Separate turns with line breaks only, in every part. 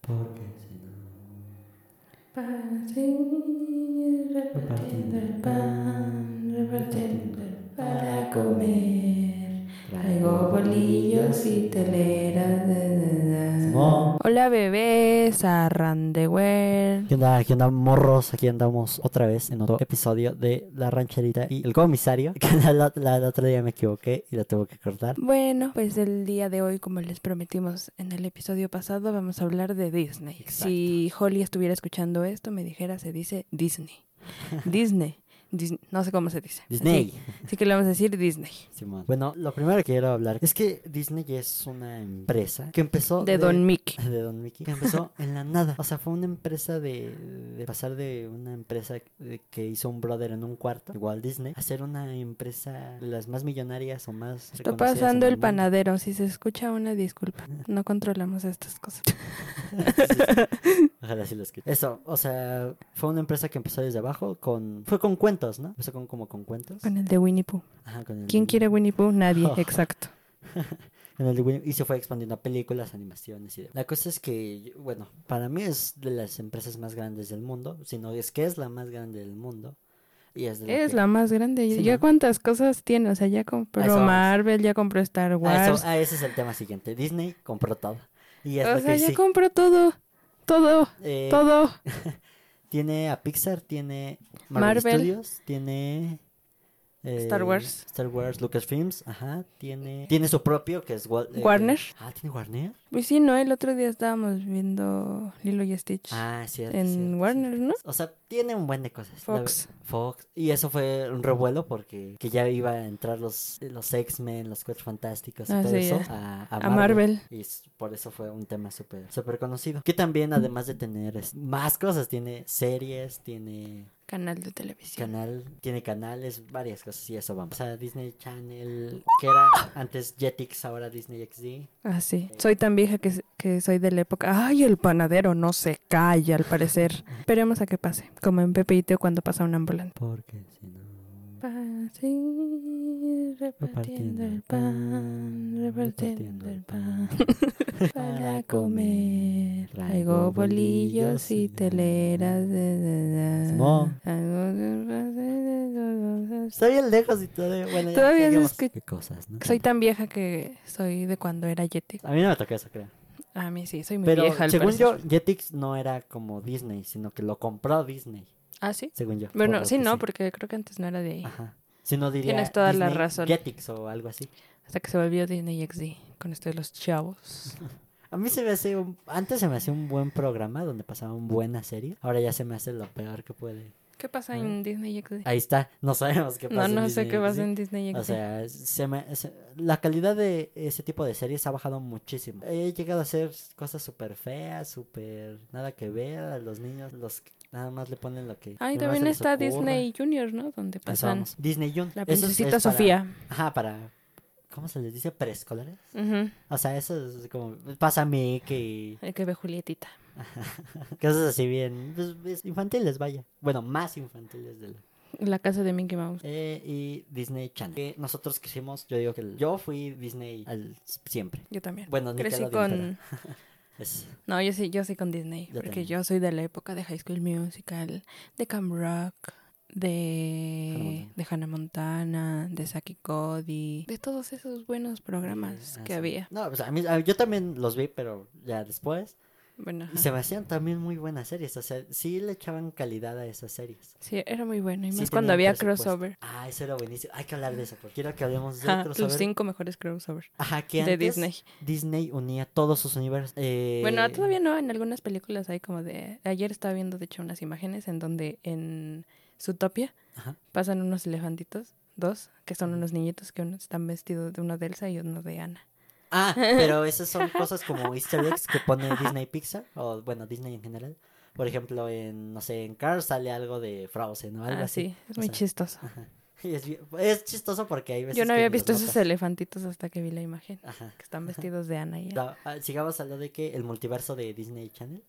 porque si no,
Para seguir repartiendo el pan, repartiendo el para comer. Traigo bolillos y teleras de...
Simón.
Hola bebés, arrandewer.
¿Qué onda? ¿Qué onda, morros? Aquí andamos otra vez en otro episodio de La Rancherita y el Comisario. Que la, la- la- el otro día me equivoqué y la tuve que cortar.
Bueno, pues el día de hoy, como les prometimos en el episodio pasado, vamos a hablar de Disney.
Exacto.
Si Holly estuviera escuchando esto, me dijera, se dice Disney. Disney. Dis- no sé cómo se dice.
Disney.
Así, así que le vamos a decir Disney.
Simón. Bueno, lo primero que quiero hablar es que Disney es una empresa que empezó...
De Don Mickey.
de Don Mickey, que empezó en la nada. O sea, fue una empresa de, de pasar de una empresa de- que hizo un brother en un cuarto, igual Disney, a ser una empresa de las más millonarias o más...
Está
reconocidas en
pasando el
mundo.
panadero. Si se escucha una disculpa. No controlamos estas cosas.
Ojalá sí lo escuche. Eso, o sea, fue una empresa que empezó desde abajo con... Fue con cuentos, ¿no? Empezó con, como con cuentos.
Con el de Winnie Pooh.
Ajá, con el
¿Quién
de-
quiere Winnie Pooh? Nadie.
Oh.
Exacto.
en el de Winnie- y se fue expandiendo a películas, animaciones y demás. La cosa es que, yo- bueno, para mí es de las empresas más grandes del mundo, sino es que es la más grande del mundo. Y es de la
Es
que-
la más grande.
Sí,
¿Ya
¿no?
cuántas cosas tiene? O sea, ya
A eso
compró
vamos.
Marvel, ya compró Star
Ah, eso-
Wars.
ah, ese es el tema siguiente. Disney compró todo. Y es
O
lo
sea,
que
ya
sí.
compró todo. Todo.
Eh,
Todo.
Tiene a Pixar, tiene Marvel,
Marvel.
Studios, tiene eh,
Star Wars.
Star Wars, Lucasfilms, ajá, tiene tiene su propio que es Wal- eh,
Warner.
Ah, tiene Warner.
Pues sí, ¿no? El otro día estábamos viendo Lilo y Stitch
Ah, cierto.
en
cierto,
Warner, ¿no?
cierto. O sea, tiene un buen de cosas. la
Fox.
ve- Fox. Y eso fue un revuelo porque que ya iba a entrar los, los X-Men, los Cuatro Fantásticos y
Ah,
todo
sí,
eso
ya.
a,
A Marvel.
Y s- por eso fue un tema súper súper conocido. Que también, además de tener es- más cosas, tiene series, tiene
Canal de televisión.
canal, tiene canales, varias cosas y eso vamos. O sea, Disney Channel, que era antes Jetix, ahora Disney XD.
Ah, sí. Soy tan vieja que, s- que soy de la época. Ay, el panadero no se calla, al parecer. Esperemos a que pase. Como en Pepe y Teo cuando pasa un ambulante.
Porque si no...
Para seguir repartiendo el pan, repartiendo el pan. Para comer traigo bolillos y teleras de... de- de-
Simón.
Algo-
Está bien lejos y todavía... Bueno, ya,
Todavía se
seguimos.
escucha.
Qué cosas, ¿no?
Soy tan vieja que soy de cuando era Yeti.
A mí no me tocó eso, creo.
A mí sí, soy muy
Pero
vieja. al
según
parecer.
yo, Jetix no era como Disney, sino que lo compró Disney,
Ah, sí.
según yo. por
Bueno,
lo
sí,
que
no,
sé.
porque creo que antes no era de ahí.
Ajá. Si no diría
Tienes toda la
Disney
razón.
Jetix o algo así.
Hasta que se volvió Disney XD con esto de los chavos.
A mí se me hace un... Antes se me hacía un buen programa donde pasaban buenas series. Ahora ya se me hace lo peor que puede.
¿Qué pasa
en
en Disney XD?
Ahí está. No sabemos qué pasa
No,
en
no sé
Disney
qué pasa
XD.
en Disney XD.
O sea, se me- se- la calidad de ese tipo de series ha bajado muchísimo. He llegado a hacer cosas súper feas, súper nada que ver a los niños, los que nada más le ponen lo que...
Ay,
lo más
también
se les
está
ocurra.
Disney Junior, ¿no? Donde
Eso
pasan
vamos. Disney Jun.
la
Eso es-
princesita
es para-
Sofía.
ajá, para... ¿Cómo se les dice? Preescolares.
Ujú.
O sea, eso es como... Pasa Mickey.
El que ve Julietita.
Cosas así bien... pues, es infantiles, vaya. Bueno, más infantiles de lo
La casa de Mickey Mouse.
Eh, y Disney Channel. Que nosotros quisimos, yo digo que el- yo fui Disney al siempre.
Yo también.
Bueno,
Crecí
Nickelodeon,
con...
pero es-
No, yo sí, yo sí con Disney.
Yo
porque
también.
yo soy de la época de High School Musical, de Camp Rock, de
Hannah Montana.
de Hannah Montana, de Saki Cody, de todos esos buenos programas
Ah,
que
sí.
había.
No, pues a mí, a- yo también los vi, pero ya después.
Bueno, ajá.
Y se me hacían también muy buenas series. O sea, sí le echaban calidad a esas series.
sí, era muy bueno. Y
Sí
más cuando
tenían
había
presupuesto.
crossover.
Ah, eso era buenísimo. Hay que hablar de eso, porque quiero que hablemos de
Ajá, los
crossover.
cinco mejores crossovers
Ajá, que
de
antes
Disney.
Disney unía todos sus universos. Eh,
Bueno, todavía no, en algunas películas hay como de... Ayer estaba viendo, de hecho, unas imágenes en donde en Zootopia
Ajá.
pasan unos elefantitos, dos, que son unos niñitos que uno están vestidos de uno de Elsa y uno de Ana.
Ah, pero esas son cosas como easter eggs que pone Disney Pixar, o bueno, Disney en general. Por ejemplo, en, no sé, en Cars sale algo de Frozen o algo
Ah,
así.
sí, es muy
O sea,
chistoso.
y es, bien- es chistoso porque hay veces
Yo no
que
había
los
visto esos
notas.
elefantitos hasta que vi la imagen,
Ajá.
que están vestidos de Ana y Elsa.
Da- ah, sigamos hablando de que el multiverso de Disney Channel,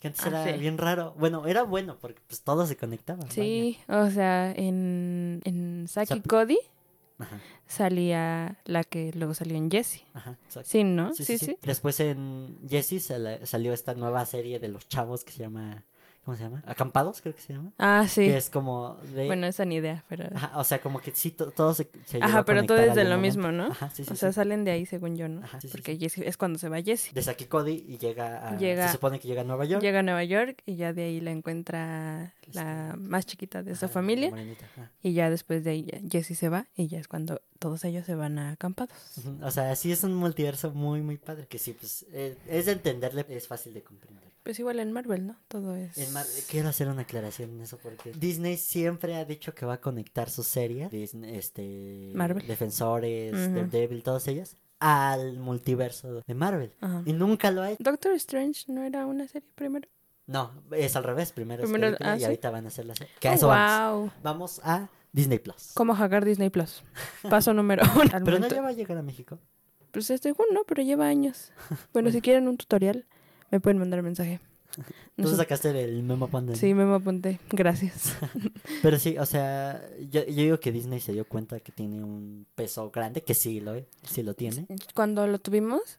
que antes
Ah,
era
sí.
bien raro. Bueno, era bueno porque pues todo se conectaba. vaya.
Sí, o sea, en, en Saki
Sap-
Cody
Ajá,
salía la que luego salió en Jessie.
ajá, exacto.
Sí, ¿no?
Sí, sí, sí. Después en Jessie sal- salió esta nueva serie de los chavos que se llama, ¿cómo se llama? Acampados, creo que se llama.
Ah, sí.
Que es como de...
Bueno, esa ni idea, pero...
Ajá, o sea, como que sí, to- todo se, se llegó
Ajá,
a
pero todo
conectar
es de
algún
lo
momento.
mismo, ¿no?
Ajá, sí, sí,
o sea,
sí.
salen de ahí según yo, ¿no?
Ajá, sí, sí,
Porque Jessie- es cuando se va Jessie.
De Saki Cody y llega a...
Llega-
Se supone que llega a Nueva York.
Llega a Nueva York y ya de ahí la encuentra la más chiquita de esa
Ajá, Ah, la
familia.
morenita, ajá.
Y ya después de ahí ya Jessie se va y ya es cuando todos ellos se van a acampados.
Ujú, O sea, sí es un multiverso muy, muy padre. Que sí, pues, eh, es de entenderle, es fácil de comprender.
Pues igual en Marvel, ¿no? Todo es...
En Mar- quiero hacer una aclaración en eso porque Disney siempre ha dicho que va a conectar sus series, Disney- este,
Marvel.
Defensores,
Ujú.
Daredevil, todas ellas, al multiverso de Marvel.
Ajá.
Y nunca lo ha hecho.
Doctor Strange no era una serie primero.
No, es al revés. Primero, es
Primero-
película
ah,
y
sí.
ahorita van a hacer la serie. Que a
Oh,
eso vamos.
wow.
Vamos a Disney Plus.
Como hackear Disney Plus. Paso número uno. Al
Pero no
momento-
ya va a llegar a México.
Pues este según no, pero lleva años. Bueno, si quieren un tutorial, me pueden mandar mensaje.
Tú
Nosot-
sacaste el memo pandemia.
Sí, me apunté. Gracias.
Pero sí, o sea, yo, yo digo que Disney se dio cuenta que tiene un peso grande, que sí lo, sí lo tiene.
Cuando lo tuvimos,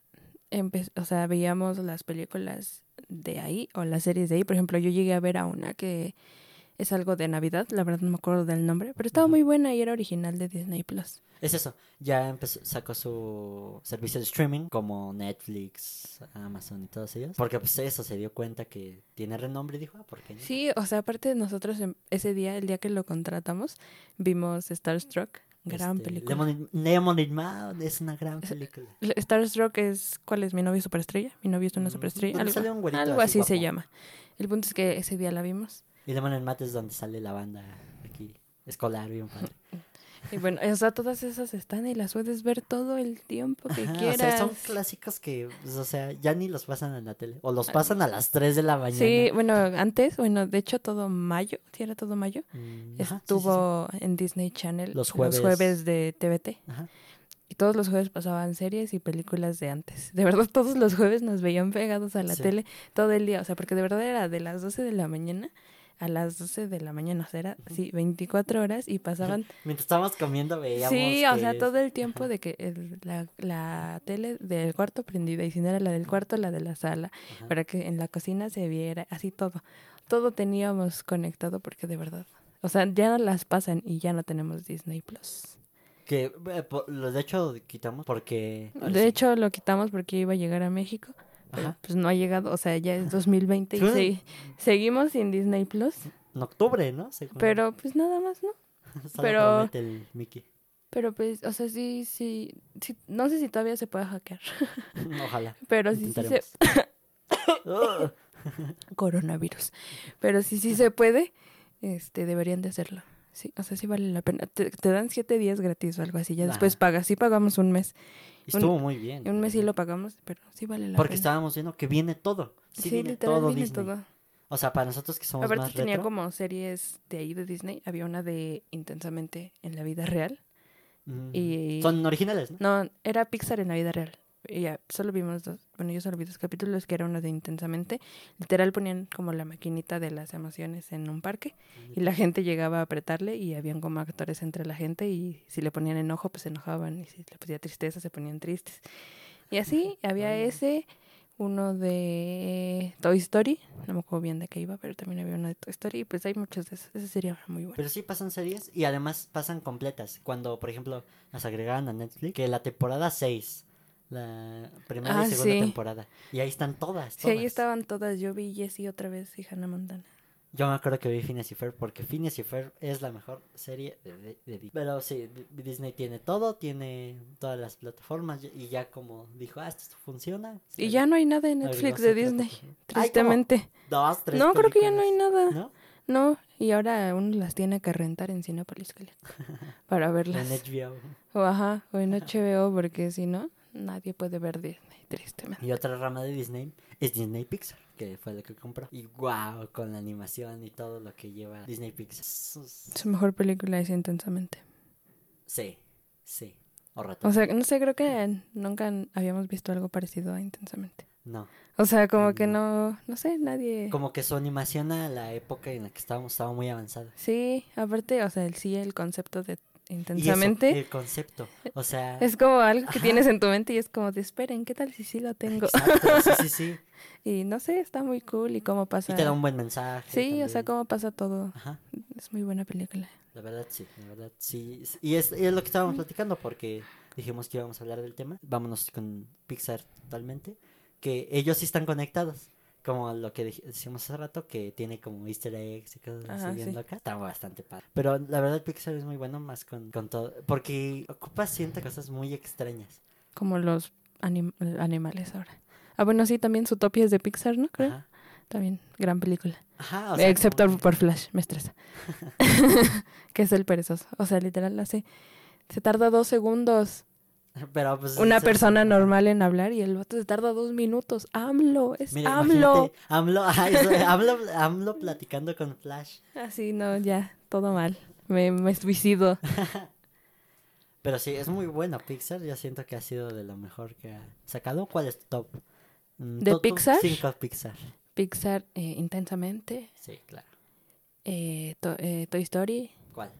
empe- o sea, veíamos las películas de ahí o las series de ahí. Por ejemplo, yo llegué a ver a una que es algo de Navidad, la verdad no me acuerdo del nombre, pero estaba
Ajá.
muy buena y era original de Disney Plus.
Es eso, ya empezó, sacó su servicio de streaming como Netflix, Amazon y todos ellos. Porque pues eso se dio cuenta que tiene renombre y dijo, ah, ¿por qué no?
Sí, o sea, aparte de nosotros em- ese día, el día que lo contratamos, vimos Starstruck, gran
Este,
película.
Lemonade- Lemonade Mouth es una gran película.
Le- Starstruck es ¿cuál es mi novio superestrella? Mi novio es una
Mm,
superestrella.
donde
Algo,
sale un güerito
algo
así
así, se
guapo.
llama. El punto es que ese día la vimos.
Y Lemonade Mouth es donde sale la banda aquí, escolar, bien padre.
Y bueno, o sea, todas esas están y las puedes ver todo el tiempo que
Ajá, o
quieras.
sea, son clásicos que, pues, o sea, ya ni los pasan en la tele. O los pasan a las 3 de la mañana.
Ah, sí, bueno, antes, bueno, de hecho todo mayo, si era todo mayo,
Mm, ajá, sí, sí, sí.
estuvo en Disney Channel
Los jueves.
de TVT.
Ajá.
Y todos los jueves pasaban series y películas de antes. De verdad, todos los jueves nos veían pegados a la
Sí.
tele todo el día. O sea, porque de verdad era de las 12 de la mañana a las 12 de la mañana. O sea, era así 24 horas y pasaban.
Mientras estábamos comiendo veíamos
sí, o
que-
sea, todo el tiempo de que el- la, la tele del cuarto prendida. Y si no era la del cuarto, la de la sala.
Ajá.
Para que en la cocina se viera. Así todo. Todo teníamos conectado porque de verdad. O sea, ya no las pasan y ya no tenemos Disney Plus.
Que, eh, po- lo de hecho quitamos porque... ahora
De
sí.
hecho, lo quitamos porque iba a llegar a México. pero,
Ajá.
Pues no ha llegado, o sea, ya
Ah.
es 2020 y
Claro.
se- seguimos sin Disney Plus.
En octubre, ¿no? Según-
Pero pues nada más, ¿no?
Solo
pero-
promete el Mickey.
Pero pues, o sea, sí, sí, sí, no sé si todavía se puede hackear,
Ojalá.
pero sí, sí se...
Intentaremos. Ugh.
Coronavirus. Pero sí, sí se puede, este, deberían de hacerlo. Sí, o sea, sí vale la pena. Te, te dan siete días gratis o algo así, ya después
Ajá.
pagas. Sí pagamos un mes.
Y estuvo muy bien.
Un mes sí lo pagamos, pero sí vale la
Porque
pena.
estábamos viendo que viene todo. Sí, viene
literal,
todo
viene
Disney.
todo.
O sea, para nosotros que somos
Aparte
más
tenía
retro,
como series de ahí de Disney. Había una de Intensamente en la vida real.
mm,
y-
Son originales, ¿no?
No, era Pixar en la vida real. Y ya, solo vimos dos. Bueno, yo solo vi dos capítulos que era una de Intensamente. Literal ponían como la maquinita de las emociones en un parque. Y la gente llegaba a apretarle y habían como actores entre la gente. Y si le ponían enojo, pues se enojaban. Y si le ponía tristeza, se ponían tristes. Y así había
Órale.
ese. Uno de Toy Story, no me acuerdo bien de qué iba, pero también había uno de Toy Story. Y pues hay muchos de esos. Ese sería una muy bueno.
Pero sí pasan series y además pasan completas. Cuando, por ejemplo, las agregaban a Netflix, que la temporada 6, la primera
Ah,
y segunda
sí.
temporada. Y ahí están todas.
Sí, ahí
todas.
estaban todas. Yo vi Jessie otra vez y Hannah Montana.
Yo me acuerdo que vi Phineas y Ferb porque Phineas y Ferb es la mejor serie de, de- de Disney. Pero sí, Di- Disney tiene todo, tiene todas las plataformas y ya como dijo, ah, esto funciona.
Y ya no hay nada en
Agregó
Netflix
otra
de Disney,
plataforma. Ay, ¿cómo?
tristemente.
Dos, tres
No, creo que ya no hay
películas,
nada.
¿no?
No, y ahora uno las tiene que rentar en Cinepolis para
En
verlas.
HBO.
O ajá, o en HBO, porque si no, nadie puede ver Disney, tristemente.
Y otra rama de Disney es Disney Pixar, que fue lo que compró. Y wow, con la animación y todo lo que lleva Disney Pixar.
Su mejor película es Intensamente.
Sí, sí. O ratón.
O sea, no sé, creo que nunca habíamos visto algo parecido a Intensamente.
No.
O sea, como
Mm.
que no, no sé, nadie...
Como que su animación a la época en la que estábamos estaba muy avanzada.
Sí, aparte, o sea, el, sí, el concepto de intensamente.
Y eso, eh, el concepto. O sea,
Es como algo que
Ajá.
tienes en tu mente y es como de esperen, ¿qué tal si sí lo tengo?
exacto, sí, sí, sí.
Y no sé, está muy cool y cómo pasa.
Y te da un buen mensaje.
sí, o sea,
también.
cómo pasa todo.
Ajá,
Es muy buena película.
la verdad sí, la verdad sí. Y es, y es lo que estábamos platicando porque dijimos que íbamos a hablar del tema. Vámonos con Pixar totalmente. Que ellos sí están conectados. Como lo que dij- decíamos hace rato, que tiene como easter eggs y cosas
Ajá,
así bien
sí.
locas. Está bastante padre. Pero la verdad Pixar es muy bueno más con, con todo. Porque ocupa sienta cosas muy extrañas.
Como los anim- animales ahora. Ah, bueno, sí, también Zootopia es de Pixar, ¿no? Creo.
Ajá.
También, gran película.
Ajá, o sea,
Excepto
como que-
por Flash, me estresa. que es el perezoso. O sea, literal, hace... Se tarda dos segundos
Pero, pues,
una
se-
persona normal en hablar y el vato se tarda dos minutos. AMLO, es
Mira,
AMLO.
imagínate, AMLO, ajá, eso, AMLO, AMLO platicando con Flash.
Así, no, ya, todo mal. Me, me suicido.
Pero sí, es muy buena Pixar. Yo siento que ha sido de lo mejor que ha sacado. ¿Cuál es tu top? Mm,
¿De
tu- tu
Pixar?
Cinco Pixar.
Pixar, eh, intensamente.
Sí, claro.
eh, to- eh, Toy Story.
¿Cuál?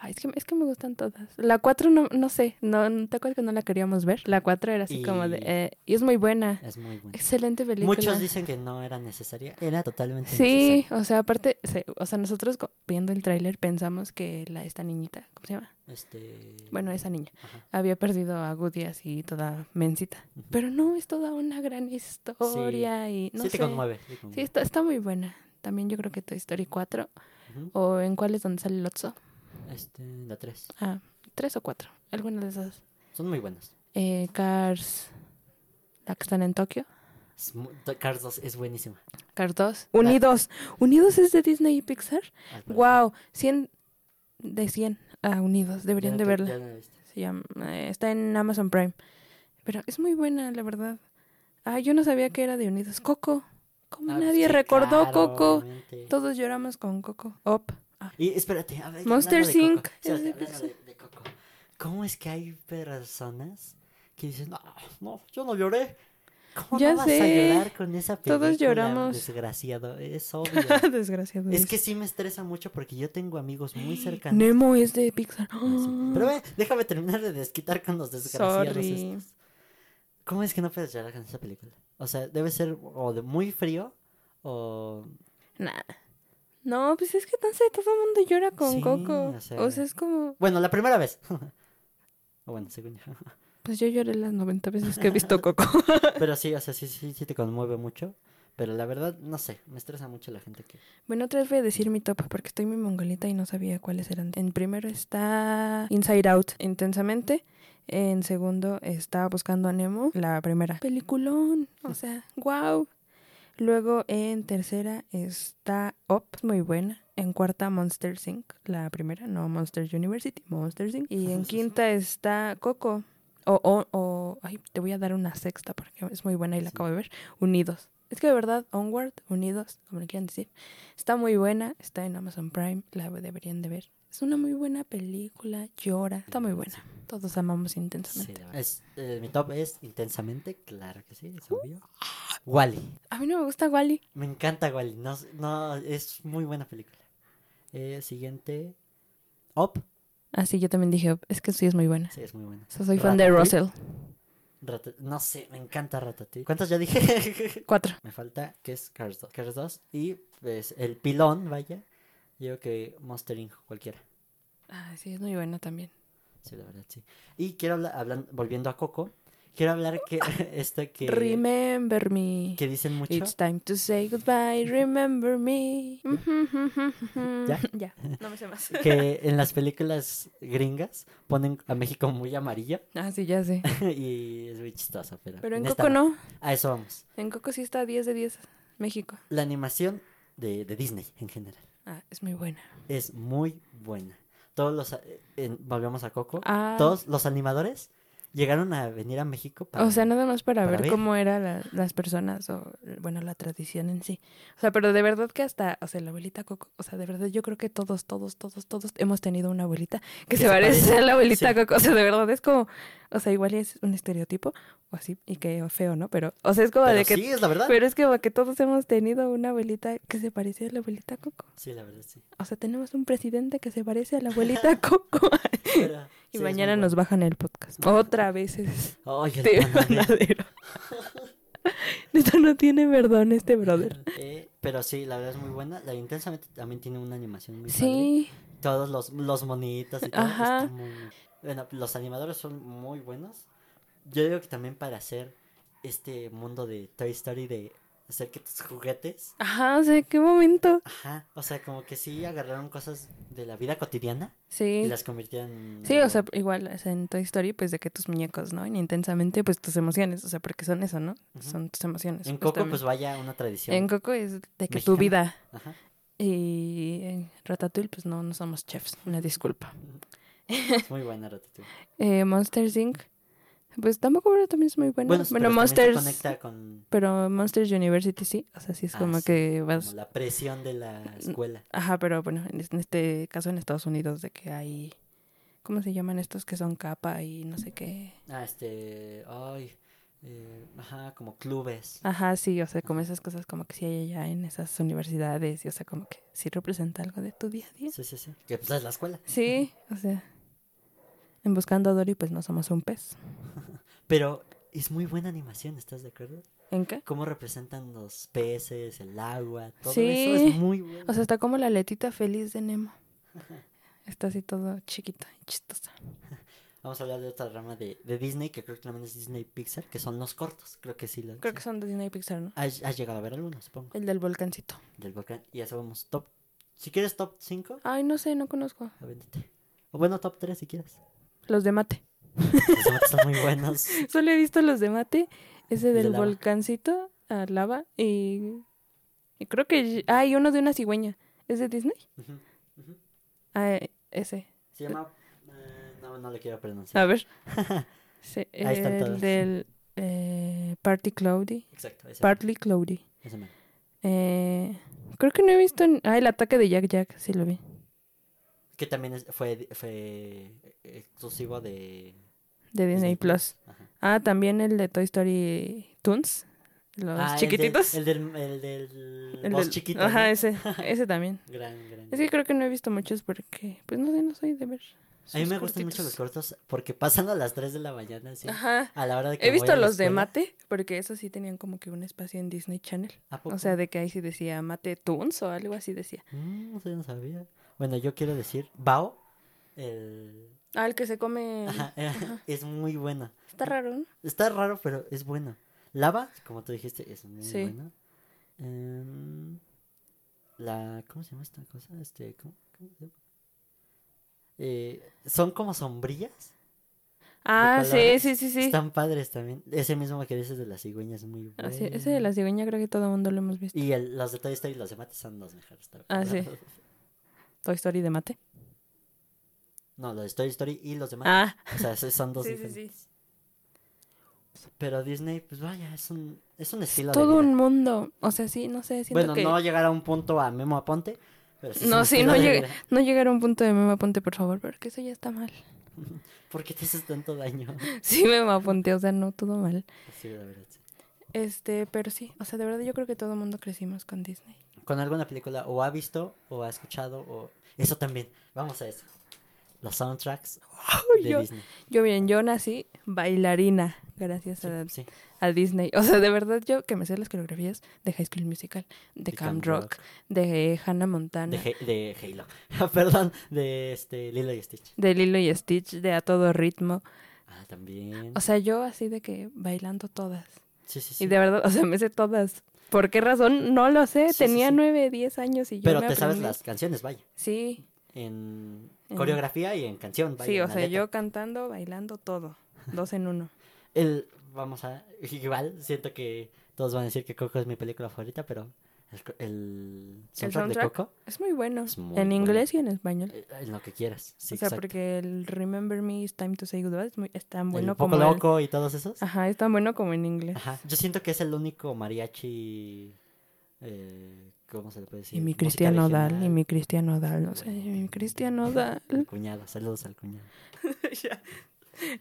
Ay, es que, es que me gustan todas. La 4 no, no sé, no, no- ¿te acuerdas que no la queríamos ver? La 4 era así como de...
Y-
eh, y es muy buena.
Es muy buena.
Excelente película.
Muchos dicen que no era necesaria. Era totalmente
Sí,
necesaria.
o sea, aparte, se- o sea, nosotros co- viendo el tráiler pensamos que la esta niñita, ¿cómo se llama?
Este...
Bueno, esa niña
ajá.
había perdido a Woody así toda mencita. Pero no, es toda una gran historia y no
sí,
sé.
te conmueve. sí
Sí,
conmueve.
está, está muy buena. También yo creo que Toy Story 4
Ujú.
o en cuál es donde sale Lotso.
Este, la tres.
Ah, 3 o 4, alguna de esas.
Son muy buenas.
Eh, Cars, la que están en Tokio.
Es mu- Cars 2 es buenísima.
Cars 2. Unidos. Unidos es de Disney y Pixar.
al parecer.
Wow, 100 de 100 a Unidos, deberían de
Ya no te-
verla.
ya no la viste.
Se llama, eh, está en Amazon Prime. Pero es muy buena, la verdad. Ah, yo no sabía que era de Unidos. Coco. Como
Ah,
nadie
sí,
recordó
claro,
Coco.
obviamente.
Todos lloramos con Coco. Op. Ah,
Y espérate, a ver,
Monster
hablando de Coco,
Inc.
espérate,
es de
hablando de- de Coco, ¿Cómo es que hay personas que dicen, no, no, yo no lloré? ¿Cómo
Ya
no vas a
sé,
llorar con esa película?
todos lloramos.
Desgraciado, es obvio.
desgraciado.
es que sí me estresa mucho porque yo tengo amigos muy cercanos.
Nemo es de Pixar.
así. Ah, Pero ve, déjame terminar de desquitar con los desgraciados
Sorry.
estos. ¿Cómo es que no puedes llorar con esa película? O sea, debe ser o de muy frío o...
Nah. No, pues es que entonces todo el mundo llora con
Sí,
Coco.
o
O
sea-
sea, es como.
Bueno, la primera vez. o bueno, según yo.
Pues yo lloré las 90 veces que he visto Coco.
Pero sí, o sea, sí, sí, sí te conmueve mucho. Pero la verdad, no sé, me estresa mucho la gente que...
Bueno, otra vez voy a decir mi top porque estoy muy mongolita y no sabía cuáles eran. En primero está Inside Out, intensamente. En segundo está Buscando a Nemo, la primera. Peliculón, o sea, wow. Luego en tercera está Up, muy buena. En cuarta Monsters Inc., la primera, no Monsters University, Monsters Inc. Y en quinta está Coco. O, o, o- ay, te voy a dar una sexta porque es muy buena y la
Sí.
acabo de ver. Unidos. Es que de verdad, Onward, Unidos, como le quieran decir, está muy buena. Está en Amazon Prime, la deberían de ver. Es una muy buena película, llora, está muy buena. Todos amamos
Sí,
intensamente.
la verdad. es, eh, mi top es intensamente, claro que sí, es obvio. Wally.
A mí no me gusta Wally.
Me encanta Wally. No, s- no, es muy buena película. Eh, siguiente. Up.
Así yo también dije, "Oh, es que sí es muy buena.
Sí, es muy buena.
O sea, soy fan de
Ratatouille.
Russell.
Rata- no sé, me encanta Ratatouille. ¿Cuántas ya dije?
Cuatro.
me falta, que es Cars 2. Cars 2 y pues, el pilón, vaya. Yo creo que Monster Inc. cualquiera.
Ah, sí, es muy buena también.
Sí, la verdad, sí. Y quiero hablar, hablan- volviendo a Coco, quiero hablar que esto que,
Remember me.
que dicen mucho.
It's time to say goodbye, remember me.
¿Ya?
ya, no me sé más.
Que en las películas gringas ponen a México muy amarillo
Ah, sí, ya sé.
y es muy chistoso. Pero,
Pero en
esta
Coco no.
A eso vamos.
En Coco sí está 10 de 10. México.
La animación de, de Disney en general
Ah, es muy buena.
es muy buena. Todos los. a- eh, en- volvemos a Coco.
Ah,
Todos los animadores llegaron a venir a México para...
O sea, nada más para,
para
ver,
ver.
cómo eran las personas o, bueno, la tradición en sí. O sea, pero de verdad que hasta, o sea, la abuelita Coco, o sea, de verdad yo creo que todos, todos, todos, todos hemos tenido una abuelita que se parece a la abuelita
Sí.
Coco. O sea, de verdad es como, o sea, igual es un estereotipo o así, y que feo, ¿no? Pero, o sea, es como
Pero
de que...
sí, es la verdad.
Pero es como que todos hemos tenido una abuelita que se parece a la abuelita Coco.
Sí, la verdad, sí.
O sea, tenemos un presidente que se parece a la abuelita Coco.
Pero,
y
sí, es muy
mañana nos
bueno.
bajan el podcast. Otra vez es...
Ay, el
Este panadero.
panadero.
Neta, no tiene perdón este brother.
Eh, pero sí, la verdad es muy buena. La de intensamente también tiene una animación muy
Sí,
padre. Todos los, los monitos y todo.
Ajá.
está muy- muy- Bueno, los animadores son muy buenos. Yo digo que también para hacer este mundo de Toy Story de hacer que tus juguetes.
ajá, o sea, qué momento.
Ajá. O sea, como que sí agarraron cosas de la vida cotidiana y
Sí.
las convirtieron en.
Sí,
algo.
o sea, igual o sea, en Toy Story, pues de que tus muñecos, ¿no? Y intensamente, pues tus emociones, o sea, porque son eso, ¿no?
Ujú.
Son tus emociones.
En Coco,
justamente.
pues vaya una tradición.
En Coco es de que tu
Mexicana.
vida.
Ajá.
Y en Ratatouille, pues no, no somos chefs, una disculpa.
Es muy buena Ratatouille.
Eh, Monsters Inc., pues tampoco, pero también es muy bueno. Bueno,
pero también se
Monsters,
conecta con
pero Monsters University sí, o sea, sí es
Ah,
como
sí,
que vas
como la presión de la escuela.
Ajá, pero bueno, en es- en este caso en Estados Unidos de que hay, ¿cómo se llaman estos que son capa y no sé qué?
Ah, este. Ay. eh, ajá, como clubes.
Ajá, sí, o sea, como esas cosas como que sí hay allá en esas universidades y o sea, como que sí representa algo de tu día a día.
Sí, sí, sí. Que pues es la escuela.
Sí, o sea, en Buscando a Dory pues no somos un pez.
Pero es muy buena animación, ¿estás de acuerdo?
¿En qué?
Cómo representan los peces, el agua, todo
Sí.
eso es muy bueno.
O sea, está como la letita feliz de Nemo. Está así todo chiquita y chistosa.
Vamos a hablar de otra rama de, de Disney, que creo que también es Disney Pixar, que son los cortos. Creo que sí. Lo,
Creo que son de Disney Pixar, ¿no?
Has, has llegado a ver algunos, supongo.
El del volcancito.
Del volcán. Y ya sabemos, top. Si quieres top 5,
Ay, no sé, no conozco.
avéntate. O bueno, top 3 si quieres.
Los de mate.
Los demás son muy buenos.
Solo he visto los de mate, ese
Y de
del
lava.
volcancito a lava y, y creo que hay uno de una cigüeña. ¿Es de Disney?
Ujú, ujú.
Ah, eh, ese.
Se llama... eh, no, no le quiero pronunciar.
A ver. Sí,
Ahí están
el
todos.
del eh, Party Cloudy.
Exacto, ese.
Partly Cloudy.
ese mero.
Eh, creo que no he visto... en- Ah, el ataque de Jack Jack, sí lo vi.
Que también es- fue, fue exclusivo de...
De Disney
Disney
Plus.
Ajá.
Ah, también el de Toy Story Toons. Los
Ah, el del-
chiquititos.
El del, el del
El
voz
del-
chiquito.
Ajá,
¿no?
ese. Ese también.
Gran, gran.
Es que creo que no he visto muchos porque, pues no sé, no soy de ver.
A mí
sus
me gustan mucho
cortitos.
los cortos porque pasan a las 3 de la mañana, así,
Ajá.
a la hora de que
He
voy a
visto
la
los de
escuela.
Mate, porque esos sí tenían como que un espacio en Disney Channel.
¿A poco?
O sea, de que ahí sí decía Mate Toons o algo así decía.
Mm, eso yo no sabía. Bueno, yo quiero decir, Bao, el...
Ah, el que se come.
Ajá, eh, es muy bueno.
Está raro, ¿no?
Está raro, pero es bueno. Lava, como tú dijiste, es muy
Sí.
bueno. Em, la, ¿Cómo se llama esta cosa? Este, ¿cómo, cómo se llama? Eh, son como sombrillas.
Ah, sí,
colores.
sí, sí, sí.
Están padres también. Ese mismo que dices de las cigüeñas es muy bueno.
Así- Ah, ese de la cigüeña creo que todo el mundo lo hemos visto.
Y el- los de Toy Story y los de Mate son los mejores. la
Ah, sí.
verdad.
Toy Story de Mate.
No, los de Toy Story y los de Mate.
Ah,
O sea, esos son dos
sí, sí,
diferentes.
sí.
Pero Disney, pues vaya, es un, es un estilo de
Todo
vida.
un mundo. O sea, sí, no sé, siento
Bueno,
que.
no llegar a un punto a Memo Aponte. Pero sí es
No,
un
sí,
estilo
no,
de
llegue-
vida.
no llegar a un punto de meme apunte, por favor, porque eso ya está mal.
¿Por qué te haces tanto daño?
Sí, meme apunte, o sea, no, todo mal.
Sí, la verdad, sí.
Este, pero sí, o sea, de verdad yo creo que todo el mundo crecimos con Disney.
Con alguna película o ha visto o ha escuchado o... Eso también. Vamos a eso. Los soundtracks de
yo,
Disney.
yo bien, yo nací bailarina gracias a,
Sí, sí.
a Disney. O sea, de verdad yo que me sé las coreografías de High School Musical, de
De
Camp
Camp
Rock,
Rock.
de Hannah Montana,
De,
de,
He- de Halo. Perdón, de este, Lilo y Stitch.
Lilo y Stitch, de A Todo Ritmo.
Ah, también.
O sea, yo así de que bailando todas.
Sí, sí, sí.
Y de verdad, o sea, me sé todas. ¿Por qué razón? No lo sé.
Sí, sí,
Tenía
sí.
nueve, diez años y yo
Pero
me
te sabes
aprendí.
las canciones, vaya.
Sí,
En
En-
coreografía y en canción, vaya.
sí,
en
o
la
sea,
letra.
yo cantando, bailando todo. Dos en uno.
El, vamos a... Igual, siento que Todos van a decir que Coco es mi película favorita, pero el, el soundtrack,
soundtrack?
de Coco,
Es muy bueno.
Es muy
en
bueno.
inglés y en español.
eh, en lo que quieras. Sí,
o sea,
exacto.
porque el Remember Me It's Time to Say Goodbye es, muy, es tan
El
bueno
Poco
como en-
Loco y todos esos.
Ajá, es tan bueno como en inglés.
Ajá. Yo siento que es el único mariachi. eh, ¿Cómo se le puede decir?
y mi
Música
Cristian Nodal, y
regional.
mi Cristian Nodal, no sé, y mi Cristian Nodal.
Al cuñado, saludos al cuñado.
ya,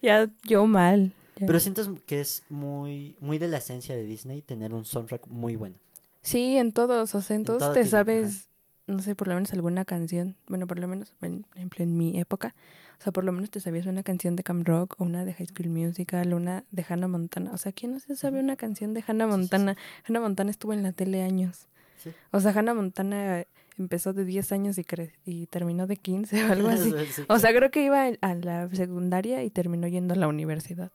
ya, yo mal. ya.
Pero siento que es muy, muy de la esencia de Disney tener un soundtrack muy bueno.
Sí, en todos, o sea, en
En
todos
todo
te
tiene,
sabes, no sé, por lo menos alguna canción, bueno, por lo menos, en- por ejemplo, en mi época, o sea, por lo menos te sabías una canción de Camp Rock, o una de High School Musical, una de Hannah Montana, o sea, ¿quién no se sabe una canción de Hannah
Sí, sí,
Montana? Hannah Montana estuvo en la tele años,
Sí.
o sea, Hannah Montana empezó de 10 años y, cre- y terminó de 15 o algo así.
Sí,
O sea, creo que iba a la secundaria y terminó yendo a la universidad.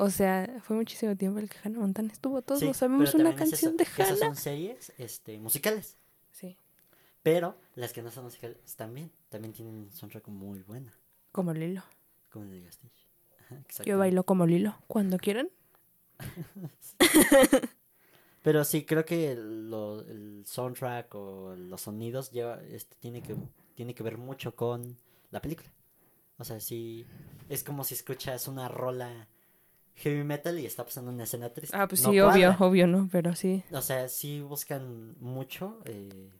O sea, fue muchísimo tiempo el que Hannah Montana estuvo. Todos
sí,
nos
pero
sabemos una
también es
canción
eso,
de
que Esas
Hannah.
son series este, musicales.
Sí,
Pero las que no son musicales también. También tienen un soundtrack muy buena.
como Lilo.
Como el de Lilo Stitch. Ajá, exactamente.
Yo bailo como Lilo. Cuando quieran.
Pero sí, creo que lo- el soundtrack o los sonidos lleva, este, tiene, que, tiene que ver mucho con la película. O sea, sí, es como si escuchas una rola heavy metal y está pasando una escena triste.
Ah, pues
No
sí,
cuadra.
obvio, obvio, ¿no? Pero sí.
O sea, sí buscan mucho eh,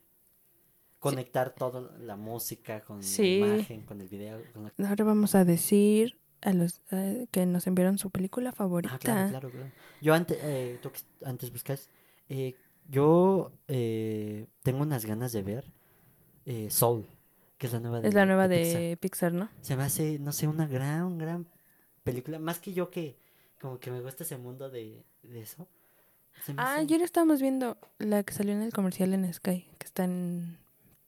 conectar toda la música con
Sí.
la imagen, con el video. Con lo...
Ahora vamos a decir a los eh, que nos enviaron su película favorita.
Ah, claro, claro, claro. Yo antes, eh, tú que antes buscas, eh, yo eh, tengo unas ganas de ver eh, Soul, que es la nueva de
Es la nueva de,
Pixar.
Pixar, ¿no?
Se me hace, no sé, una gran, gran película. Más que yo que como que me gusta ese mundo de, de eso. se me
Ah,
hace-
ayer estábamos viendo la que salió en el comercial en Sky, que está en,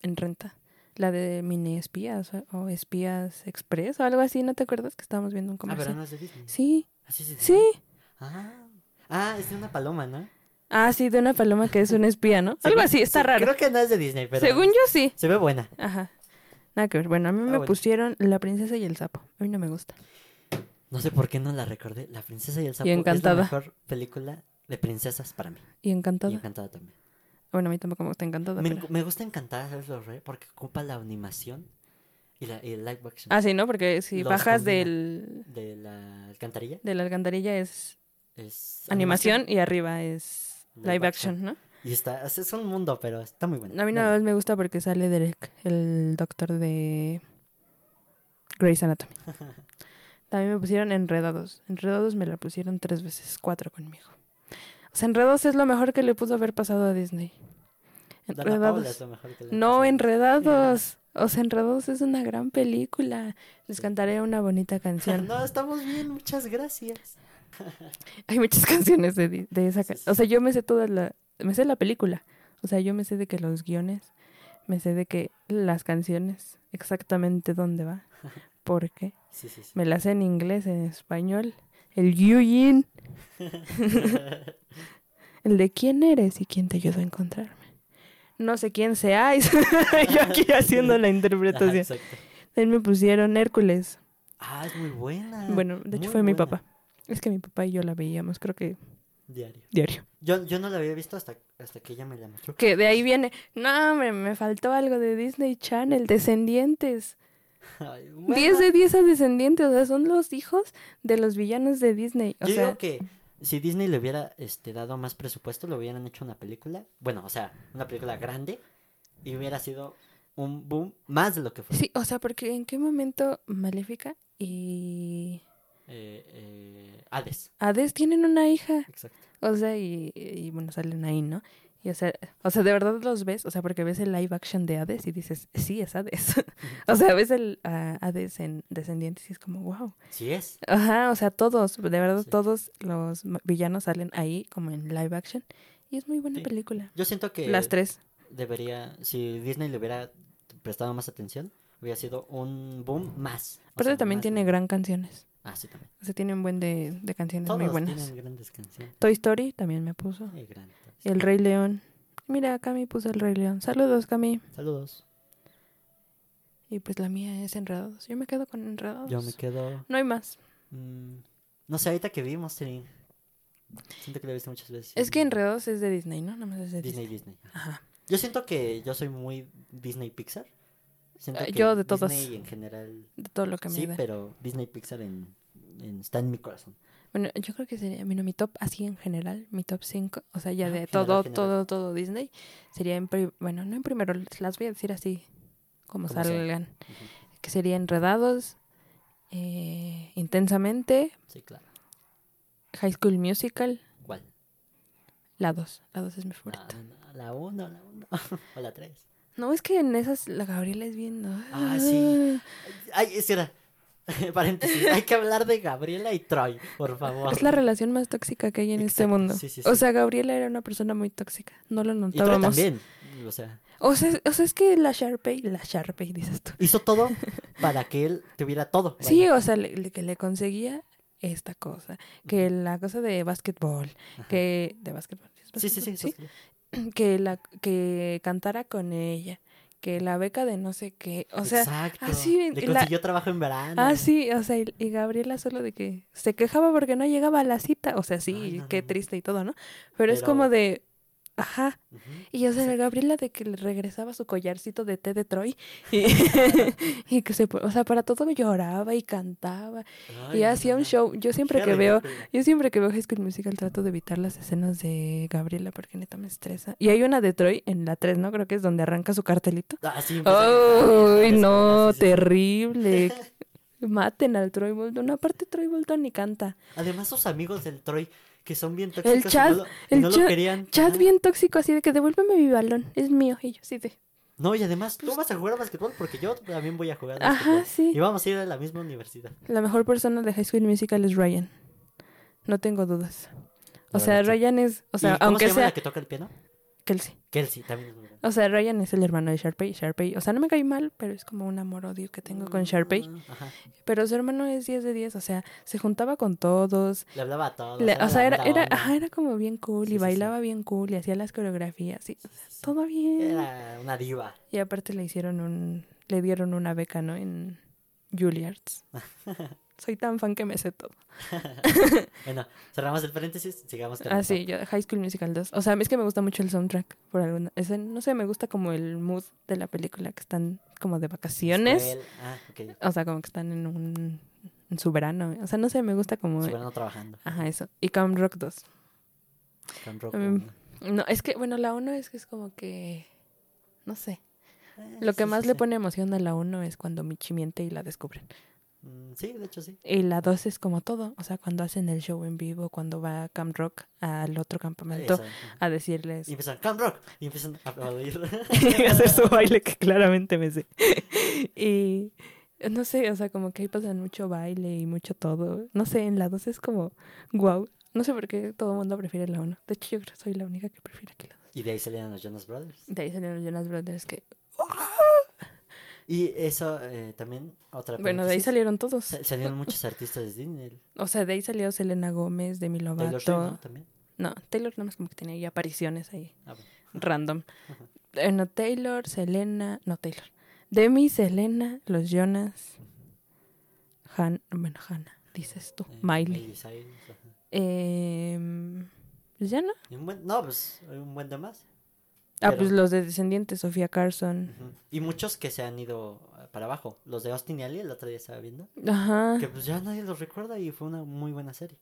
en renta. La de mini espías o, o espías express o algo así, ¿no te acuerdas que estábamos viendo un
Ah, pero
comercial?
no es de Disney.
Sí,
Ah, sí, sí, sí.
sí.
Ah, ah, es de una paloma, ¿no?
Ah, sí, de una paloma que es un espía, ¿no? Algo
Según-
así, está
sí,
raro.
Creo que no es de Disney, pero
Según yo sí.
se ve buena.
Ajá. Nada que ver. Bueno, a mí me
Ah, bueno.
pusieron La princesa y el sapo. A mí no me gusta.
No sé por qué no la recordé. La princesa y el sapo
Encantada.
es la mejor película de princesas para mí.
Y
Y
encantada.
encantada también.
Bueno, a mí tampoco me gusta encantada.
Me,
pero-
me gusta encantada, ¿sabes lo re? Porque ocupa la animación y, la, y el live action
Ah, sí, ¿no? Porque si
Los
bajas
combina.
del,
de la alcantarilla.
de la alcantarilla es
Es
animación y arriba es
Live
live
action.
action, ¿no?
Y está, es, es un mundo, pero está muy bueno.
A mí nada más me gusta porque sale Derek, el doctor de Grey's Anatomy. También me pusieron Enredados. Enredados me la pusieron tres veces, cuatro conmigo. O sea, Enredados es lo mejor que le pudo haber pasado a Disney. Enredados. No, Enredados. O sea, Enredados es una gran película. Les cantaré una bonita canción.
No, estamos bien, muchas gracias.
Hay muchas canciones de, di- de esa
Sí,
ca-
sí.
O sea, yo me sé toda la... Me sé la película. O sea, yo me sé de que los guiones, me sé de que las canciones, exactamente dónde va, por qué.
Sí, sí, sí.
Me las sé en inglés, en español, el Yuyin, el de quién eres y quién te ayudó a encontrarme. No sé quién seáis. yo aquí haciendo la
Ajá,
interpretación.
exacto.
También me pusieron Hércules.
Ah, es muy buena.
Bueno, de hecho
Muy
fue mi
buena.
papá. Es que mi papá y yo la veíamos, creo que
Diario.
diario.
Yo, yo no la había visto hasta, hasta que ella me la mostró.
Que de ahí viene. No, hombre, me faltó algo de Disney Channel, Descendientes.
Ay,
10
bueno,
de 10 a Descendientes, o sea, son los hijos de los villanos de Disney. O
yo
sea,
digo que si Disney le hubiera este, dado más presupuesto, le hubieran hecho una película. Bueno, o sea, una película grande. Y hubiera sido un boom más de lo que fue. eh,
sí, o sea, porque en qué momento Maléfica y
Eh, eh, Hades,
Hades tienen una hija.
exacto.
O sea, y, y, bueno, salen ahí, ¿no? Y o sea, o sea, de verdad los ves, o sea, porque ves el live action de Hades y dices, sí, es Hades. o sea, ves el ah, Hades en Descendientes y es como, wow.
Sí es.
Ajá, o sea, todos, de verdad,
Sí.
todos los ma- villanos salen ahí como en live action. Y es muy buena
Sí.
película.
Yo siento que
Las tres.
debería, si Disney le hubiera prestado más atención, hubiera sido un boom más. O
Aparte
sea,
también
más
tiene
de-
gran canciones.
Ah, sí, también.
O sea, tiene un buen de, de canciones
Todos
muy buenas.
tienen grandes canciones.
Toy Story también me puso.
Ay, grandes.
El Rey León. Mira, Cami puso el Rey León. Saludos, Cami.
Saludos.
Y pues la mía es Enredados. Yo me quedo con Enredados.
Yo me quedo...
No hay más.
mm, no sé, ahorita que vimos, sí, Siento que la he visto muchas veces.
Es que Enredos es de Disney, ¿no? Nada más es de Disney.
Disney, Disney.
Ajá.
Yo siento que yo soy muy Disney Pixar. Siento
Ah,
que
yo de todos.
Disney en general.
De todo lo que me
Sí,
da.
pero Disney Pixar en, en- está en mi corazón.
Bueno, yo creo que sería, bueno, mi top así en general, mi top 5, o sea, ya
Ajá,
de
general,
todo,
general.
todo, todo Disney, sería en, pri- bueno, no en primero, las voy a decir así, como
Como sea.
salgan, que sería Enredados, eh, Intensamente,
Sí, claro.
High School Musical,
¿Cuál?
la 2, la 2 es mi favorita.
La, la uno, la uno. o la tres.
No, es que en esas la Gabriela es bien...
Ah, sí. Ay, espera. Paréntesis. Hay que hablar de Gabriela y Troy, por favor.
Ah, Es la relación más tóxica que hay en este
Exacto,
mundo.
sí, sí,
O
sí.
sea, Gabriela era una persona muy tóxica. No lo
y Troy
notábamos.
también. O sea,
O sea, o sea, es que la Sharpay, la Sharpay, dices tú.
hizo todo para que él tuviera todo.
Sí,
Vaya.
o sea, le- le- que le conseguía esta cosa, que la cosa de básquetbol,
Ajá.
que de básquetbol, ¿sí es
Sí, sí, sí.
básquetbol?
eso sí.
que la que cantara con ella, que la beca de no sé qué, o sea,
Exacto.
así,
Le
y la-
consiguió trabajo en verano.
ah sí, o sea, y, y Gabriela solo de que se quejaba porque no llegaba a la cita, o sea, sí,
Ay, no,
qué
no, no.
triste y todo, ¿no? Pero, es
Pero-
como de ajá,
Ujú.
y o sea, la Gabriela de que le regresaba su collarcito de té de Troy y, y que se, po- o sea, para todo lloraba y cantaba
Ay,
y
no,
hacía
no,
un
no.
show. Yo siempre
Qué
que veo,
ridículo.
yo siempre que veo High School Musical trato de evitar las escenas de Gabriela porque neta me estresa. Y hay una de Troy en la 3, ¿no? Creo que es donde arranca su cartelito.
Ah, sí, empieza a
¡Ay,
gritar,
no!
sí, sí, sí.
Terrible. Maten al Troy Bolton. No, Aparte, Troy Bolton ni canta.
Además, sus amigos del Troy, que son bien tóxicos. y
Chad,
no lo, y
el
no lo
Chad-
querían.
Chad
Ajá.
bien tóxico, así de que devuélveme mi balón. Es mío. Y yo así de...
No, y además, tú vas a jugar a basquetbol porque yo también voy a jugar a
Ajá,
basquetbol.
sí.
Y vamos a ir a la misma universidad.
La mejor persona de High School Musical es Ryan. No tengo dudas. O
La
sea,
verdad, sí.
Ryan es... O sea,
¿Y cómo
aunque
se llama
sea...
la que toca el piano?
Kelsey.
Kelsey, también es muy buena.
O sea, Ryan es el hermano de Sharpay. Sharpay, o sea, no me cae mal, pero es como un amor-odio que tengo
Mm.
con Sharpay.
Ah, Ajá.
Pero su hermano es 10 de 10, o sea, se juntaba con todos.
Le hablaba a todos.
le- o sea, era,
Ah, la
era,
mera onda.
ajá, era como bien cool
Sí,
y
sí, sí.
bailaba bien cool y hacía las coreografías y o sea, todo bien.
Era una diva.
Y aparte le hicieron un, le dieron una beca, ¿no? En Juilliards. Soy tan fan que me sé todo.
Bueno, cerramos el paréntesis, sigamos con
Ah,
el
sí, yo High School Musical 2. O sea, es que me gusta mucho el soundtrack, por alguna... ese- no sé, me gusta como el mood de la película, que están como de vacaciones.
papel. Ah, ok.
O sea, como que están en un en su verano. O sea, no sé, me gusta como
Se van trabajando.
ajá, eso. Y Camp Rock 2.
Con rock.
Mm, No, es que bueno, la 1 es que es como que no sé.
Eh,
Lo que
sí,
más
sí,
le
sí.
pone emoción a la 1 es cuando Michi miente y la descubren.
Mm, Sí, de hecho sí.
Y la 2 es como todo, o sea, cuando hacen el show en vivo, cuando va a Camp Rock al otro campamento
Esa, ajá.
a decirles
Y empiezan, Camp Rock. Y empiezan a aplaudir.
y hacer su baile que claramente me sé. y no sé, o sea, como que ahí pasan mucho baile y mucho todo. No sé, en la 2 es como wow. No sé por qué todo el mundo prefiere la 1. De hecho, yo creo que soy la única que prefiere que la 2.
y de ahí salían los Jonas Brothers.
De ahí salieron los Jonas Brothers que...
Y eso eh, también, otra
Bueno, de ahí
paréntesis,
salieron todos.
sa- Salieron muchos artistas de Disney.
O sea, de ahí salió Selena Gómez, Demi
Taylor Swift, ¿no?
Lovato.
También.
No, Taylor nada más como que tenía ahí apariciones ahí,
Ah, bueno.
random. Eh, No, Taylor, Selena... No, Taylor. Demi, Selena, los Jonas... Han... Bueno, Hannah, dices tú.
Eh,
Miley.
Cyrus, ajá.
Eh, pues ya no.
Y un buen- no, pues hay un buen de más.
Ah,
Pero-
pues los de Descendientes, Sofía Carson.
Ujú. Y muchos que se han ido eh, para abajo. Los de Austin y Ali, el otro día estaba viendo.
Ajá.
Que pues ya nadie los recuerda y fue una muy buena serie.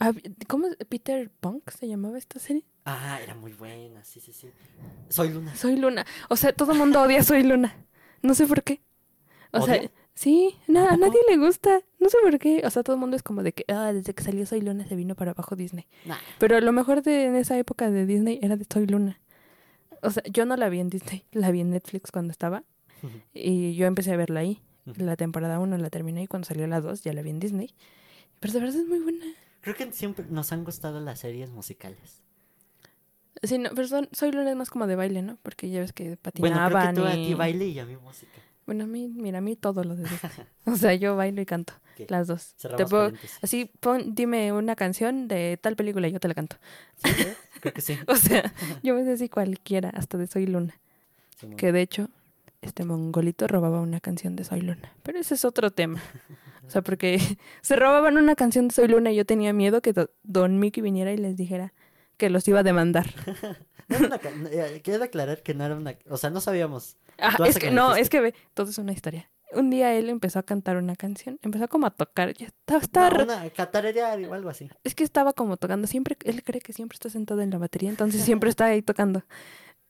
Ah, ¿Cómo? es? ¿Peter Punk se llamaba esta serie?
Ah, era muy buena, sí, sí, sí. Soy Luna.
Soy Luna. O sea, todo el mundo odia a Soy Luna. No sé por qué. O sea,
¿Odia?
sí, na- a
¿A poco?
nadie le gusta. No sé por qué. O sea, todo el mundo es como de que, ah, desde que salió Soy Luna se vino para abajo Disney.
Nah.
Pero lo mejor de en esa época de Disney era de Soy Luna. O sea, yo no la vi en Disney, la vi en Netflix cuando estaba. Y yo empecé a verla ahí.
Ujú.
La temporada 1 la terminé y cuando salió la 2 ya la vi en Disney. Pero de verdad es muy buena.
Creo que siempre nos han gustado las series musicales.
Sí, no, pero son- Soy Luna es más como de baile, ¿no? Porque ya ves que
Bueno, creo que
patinaban
tú a ti
y...
baile y a mí música.
Bueno, a mí, mira, a mí todo lo de Disney. O sea, yo bailo y canto,
Ok,
las dos. Te
Cerramos
puedo-
paréntesis.
Así, pon, dime una canción de tal película y yo te la canto.
Sí, ¿eh? Creo que sí.
O sea, yo me sé así cualquiera, hasta de Soy Luna.
Simón.
Que de hecho, este mongolito robaba una canción de Soy Luna. Pero ese es otro tema. O sea, porque se robaban una canción de Soy Luna y yo tenía miedo que do- Don Mickey viniera y les dijera que los iba a demandar.
No era una ca- no, eh, Quiero aclarar que no era una... O sea, no sabíamos.
Ah,
Tú
es
hasta
que
que me
no,
dijiste.
es que ve, todo es una historia. Un día él empezó a cantar una canción, empezó como a tocar, ya estaba, estaba
No,
re-
una catarerear o algo así.
es que estaba como tocando, siempre, él cree que siempre está sentado en la batería, entonces siempre está ahí tocando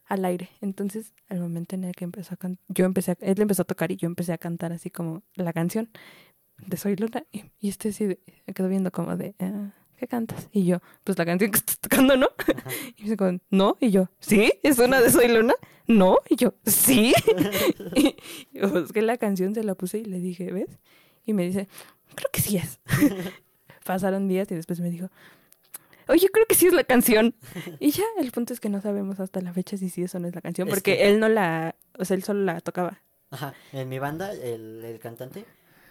al aire. Entonces, al momento en el que empezó a cantar, yo empecé, a- él empezó a tocar y yo empecé a cantar así como la canción de Soy Luna, y, y este sí de- me quedó viendo como de, "Ah, ¿qué cantas? Y yo, pues la canción que estás tocando, ¿no?
Ajá.
Y me dice como, ¿no? Y yo, ¿sí? ¿Es una de Soy Luna? No. Y yo, ¿sí? y yo busqué la canción, se la puse y le dije, ¿ves? Y me dice, creo que sí es. Pasaron días y después me dijo, oye, creo que sí es la canción. Y ya, el punto es que no sabemos hasta la fecha si sí es o no es la canción,
Es
porque
que-
él no la, o sea, él solo la tocaba.
Ajá, en mi banda, el, el cantante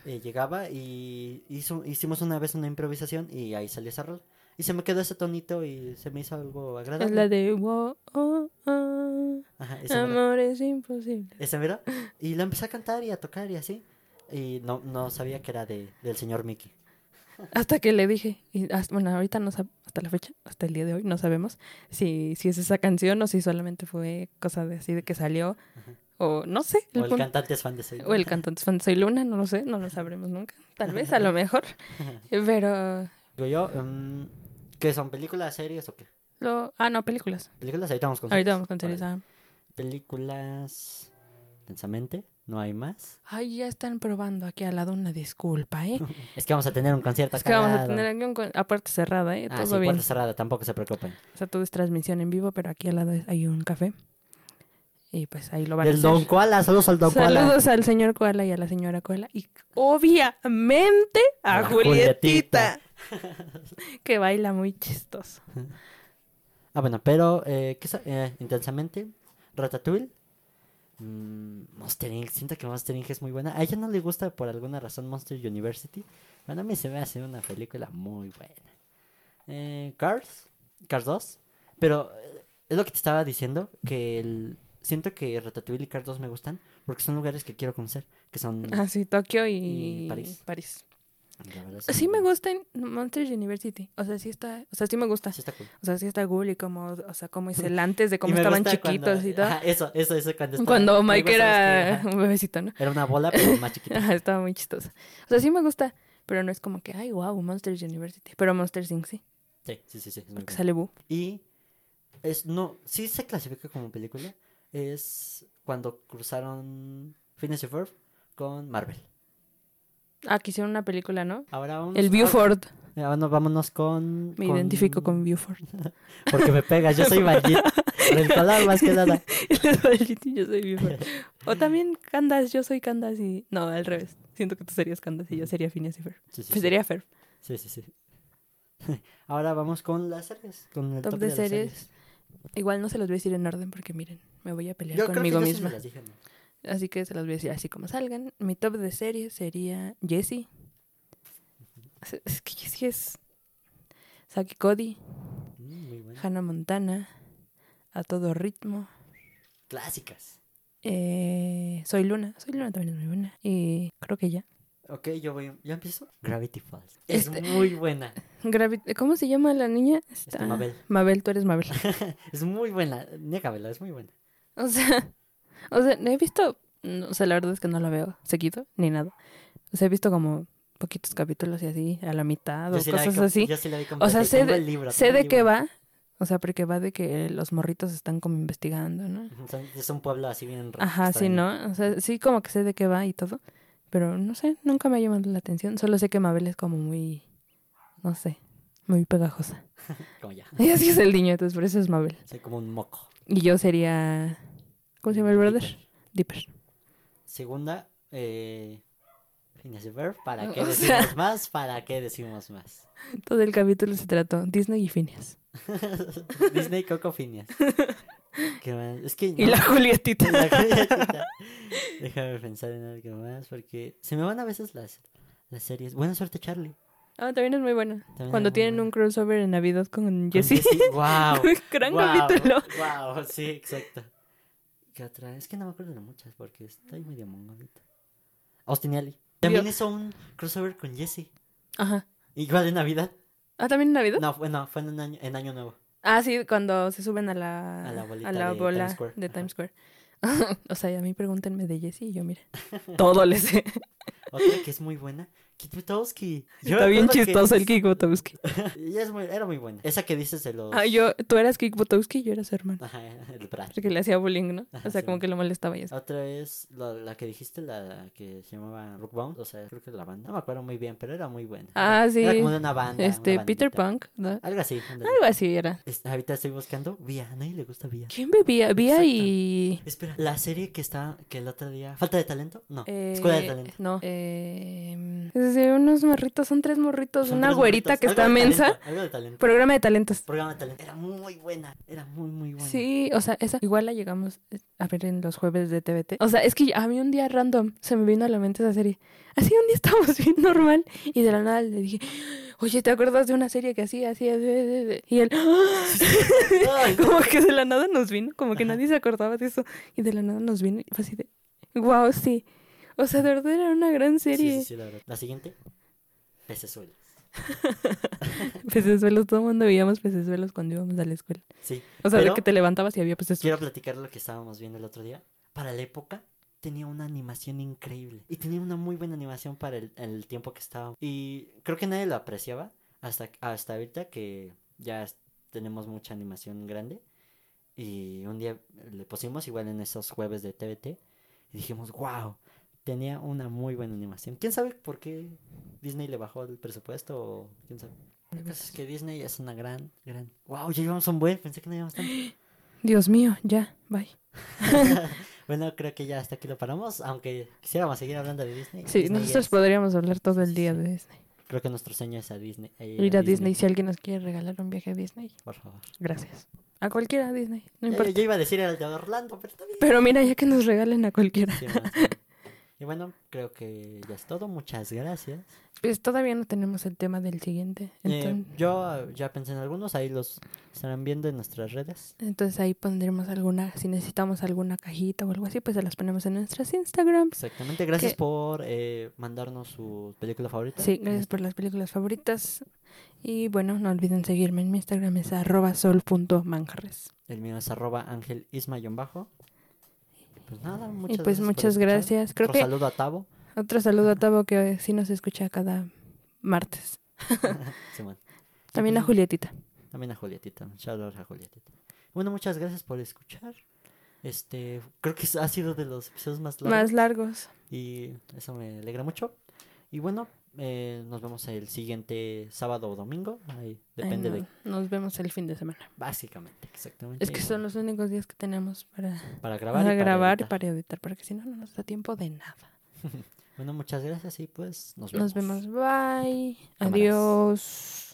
eh, llegaba y hizo, hicimos una vez una improvisación y ahí salió esa rola. Y se me quedó ese tonito y se me hizo algo
Es
agradable.
la de, wow, oh, oh,
Ajá, esa mera,
amor es imposible.
esa mera. Y la empecé a cantar y a tocar y así. Y no, no sabía que era de, del señor Mickey.
Hasta que le dije, y hasta- bueno, ahorita no sab- hasta la fecha, hasta el día de hoy, no sabemos si, si es esa canción o si solamente fue cosa de así de que salió, o no sé,
O
el
el
pun-
cantante es fan de ese.
o el cantante es fan de Soy Luna, no lo sé, no lo sabremos nunca, tal vez, a lo mejor, pero,
Digo yo, mm, ¿qué son? ¿Películas, series o qué?
lo, ah, no, películas,
Películas, ahorita vamos con
ahorita vamos con series,
Órale.
ah.
Películas, densamente, no hay más.
Ay, ya están probando aquí al lado una disculpa, ¿eh?
Es que vamos a tener un concierto
Es que vamos a
acá al
tener
lado.
aquí un cu- a puerta cerrada, ¿eh?
Ah,
Todo
sí, puerta
bien.
cerrada, tampoco se preocupen.
O sea, todo es transmisión en vivo, pero aquí al lado es- hay un café. Y pues ahí lo van a
Del
hacer.
Don Koala, saludos al Don Koala.
Saludos al señor Koala y a la señora Koala. Y obviamente a
A
Julietita. que baila muy chistoso.
Ah, bueno, pero eh, ¿qué sa- eh, intensamente, Ratatouille, mm, Monster Inc. Siento que Monster Inc. es muy buena. A ella no le gusta por alguna razón Monster University. Bueno, a mí se me hace una película muy buena. Eh, Cars, Cars 2. Pero eh, es lo que te estaba diciendo, que el- siento que Ratatouille y Cars 2 me gustan porque son lugares que quiero conocer, que son...
Así, Tokio y,
Y París. la verdad, son
Sí
muy
me
buenos.
gustan Monsters University. O sea, sí está, o sea, sí me gusta.
Sí está cool.
O sea, sí está cool y como, o sea, como es el antes de
Y
cómo
me
estaban
gusta
chiquitos
cuando-
y todo.
Ajá, eso, eso, eso cuando estaba-
Cuando
luego
Mike
sabes que,
era
ajá,
un bebecito, ¿no?
Era una bola, pero más chiquita.
Ajá, Ah, Estaba muy chistoso. O sea, sí me gusta, pero no es como que, ay, wow, Monsters University. Pero Monsters Inc. sí,
Sí, sí, sí, sí. es muy
porque
buena.
sale Boo.
Y es no, sí se clasifica como película. Es cuando cruzaron Phineas y Ferb con Marvel.
Ah, que hicieron una película, ¿no?
Ahora vamos
El Buford.
vámonos con.
Me identifico con Buford.
Porque me pegas, yo soy Vallit. Por el color más que nada.
yo soy Buford. O también Candas, yo soy Candas y. No, al revés. Siento que tú serías Candas y yo sería Phineas y Ferb.
Sí, sí,
Pues
sí.
sería Ferb.
Sí, sí, sí. Ahora vamos con las series. Con el top, de, series.
Igual no se los voy a decir en orden porque miren, me voy a pelear
Yo creo que
conmigo
yo sí
misma.
me las dije, ¿no?
Así que se los voy a decir así como salgan. Mi top de serie sería Jessie. Es- Es que Jessie es. Saki Cody,
Mm, Muy buenas.
Hannah Montana, A Todo Ritmo.
Clásicas.
Eh, soy Luna. Soy Luna también es muy buena. Y creo que ya.
Ok, yo voy. ¿Ya empiezo? Gravity Falls.
Este-
Es muy buena.
Gravi- ¿Cómo se llama la niña? Está-
Este, Mabel.
Mabel, tú eres Mabel.
Es muy buena. Niégamela, es muy buena.
o sea, o sea, no he visto. no, o sea, la verdad es que no la veo seguido ni nada. O sea, he visto como poquitos capítulos y así, a la mitad o
Yo sí la vi
Ah, cosas
com-
así.
yo sí la vi
O
completa
sea,
y
sé
tengo
de,
el libro,
sé
tengo el
de qué
libro.
va. O sea, porque va de que los morritos están como investigando, ¿no?
Son- Es un pueblo así bien raro,
Ajá, sí,
extraño.
¿no? O sea, sí como que sé de qué va y todo. Pero no sé, nunca me ha llamado la atención. Solo sé que Mabel es como muy, no sé, muy pegajosa.
Como ya.
Y así es el niño, entonces por eso es Mabel.
Soy como un moco.
Y yo sería, ¿cómo se llama el brother?
Dipper.
Dipper.
Segunda, eh. Phineas y Ferb, ¿para qué
O
decimos
sea-
más? ¿Para qué decimos más?
Todo el capítulo se trató Disney y Phineas.
Disney Coco Phineas. ¿Qué más? Es que.
Y
no-
la Julietita.
la galletita. Déjame pensar en algo más porque se me van a veces las, las series. Buena suerte, Charlie.
Ah, también es muy buena.
También
Cuando
es muy
tienen
buena.
un crossover en Navidad con
Con
Jessie.
Jessie. ¡Wow!
Gran capítulo.
Wow, sí, exacto. ¿Qué otra? Es que no me acuerdo de muchas porque estoy medio mongolita. Austin y Ali. También hizo un crossover con Jesse.
Ajá.
Igual en Navidad.
Ah, también en Navidad.
No, bueno, fue en, un año, en Año Nuevo.
Ah, sí, cuando se suben a la,
A la bolita de Times
bola
Square.
de
Ajá.
Times Square. o sea, y a mí pregúntenme de Jesse y yo, mira, todo le sé.
Otra que es muy buena. Kit Butowski. Yo
Está bien
recuerdo que-
chistoso el Kik Butowski.
Y es muy, era muy buena. Esa que dices de los.
Ah, yo, tú eras Kik Butowski y yo era su hermano.
Ajá, el Brad.
Porque le hacía bullying, ¿no?
Ah. Ajá,
O sea,
sí.
como que lo molestaba y eso.
Otra es la, la que dijiste, la que se llamaba Rockbound. O sea, creo que la banda. No me acuerdo muy bien, pero era muy buena.
Ah,
Era- Era
sí.
como de una banda. una
Este, Peter
bandita.
Punk, ¿no?
Algo así. ándale.
Algo así era.
Es- Este, ahorita estoy buscando Vía. A nadie le gusta Vía.
¿Quién bebía? Bebía
Exacto.
y...
Espera, la serie que está, que el otro día... ¿Falta de talento? No,
eh,
Escuela de Talento.
No. Eh, es de unos morritos, son tres morritos. pues
Son
una
tres
güerita
morritos.
que
Algo
está
de
mensa. Pues
talento, Algo de talento.
Programa de talentos.
Programa de talento. Era muy buena, era muy, muy buena.
Sí, o sea, esa igual la llegamos eh, a ver en los jueves de TVT. O sea, es que a mí un día random se me vino a la mente esa serie. Así un día estábamos bien normal y de la nada le dije, oye, ¿te acuerdas de una serie que hacía así? así, así, así?" Y él,
Ay, no.
como que de la nada nos vino, como que nadie se acordaba de eso. Y de la nada nos vino y fue así de, wow, sí. O sea, de verdad era una gran
Sí,
serie.
sí, sí, la verdad. La siguiente, Pecesuelas.
Pecesuelos, todo el mundo veíamos pecesuelos cuando íbamos a la escuela.
Sí,
O sea, de
Pero-
que te levantabas y había pecesuelos.
quiero platicar lo que estábamos viendo el otro día. Para la época tenía una animación increíble y tenía una muy buena animación para el, el tiempo que estaba. Y creo que nadie lo apreciaba hasta, hasta ahorita que ya es- tenemos mucha animación grande. Y un día le pusimos igual en esos jueves de TVT y dijimos, wow, tenía una muy buena animación. ¿Quién sabe por qué Disney le bajó el presupuesto o quién sabe? La cosa es que Disney es una gran, gran... ¡Wow! Ya llevamos un buen, pensé que no llevamos tanto.
Dios mío, ya, bye.
Bueno, creo que ya hasta aquí lo paramos, aunque quisiéramos seguir hablando de Disney.
Sí,
Disney
nosotros pues
es-
podríamos hablar todo el día de Disney.
Creo que nuestro sueño es a Disney. eh,
Ir a Disney, si alguien nos quiere regalar un viaje a Disney,
Por favor.
gracias. A cualquiera a Disney, no
Eh,
importa.
yo iba a decir el de Orlando, pero está bien.
Pero mira, ya que nos regalen a cualquiera.
Sí, bueno, está bien. y bueno, creo que ya es todo. Muchas gracias.
Pues todavía no tenemos el tema del siguiente.
Eh,
Entonces,
yo eh, ya pensé en algunos, ahí los estarán viendo en nuestras redes.
entonces ahí pondremos alguna, si necesitamos alguna cajita o algo así, pues se las ponemos en nuestras Instagrams.
Exactamente. Gracias
Que-
por eh, mandarnos su película favorita.
Sí, gracias por las películas favoritas. Y bueno, no olviden seguirme en mi Instagram, es arroba sol.manjarres.
El mío es arroba ángel isma-bajo. Y Pues nada,
Y
muchas
pues
gracias por
muchas
escuchar.
gracias. Creo
Otro
que
saludo a Tavo.
Otro saludo a Tavo que eh, sí nos escucha cada martes.
Simón.
También a Julietita.
También a Julietita. un Shout out a Julietita. Bueno, muchas gracias por escuchar. Este, creo que ha sido de los episodios más largos.
Más largos.
Y eso me alegra mucho. Y bueno, eh, nos vemos el siguiente sábado o domingo. Ahí depende
Ay,
de.
no, Nos vemos el fin de semana.
Básicamente, exactamente.
Es que son los únicos días que tenemos para,
Para grabar. y
para
para
grabar y
editar.
para editar, porque si no, no nos da tiempo de nada.
Bueno, muchas gracias y pues nos vemos.
Nos vemos. Bye.
Cámaras.
Adiós.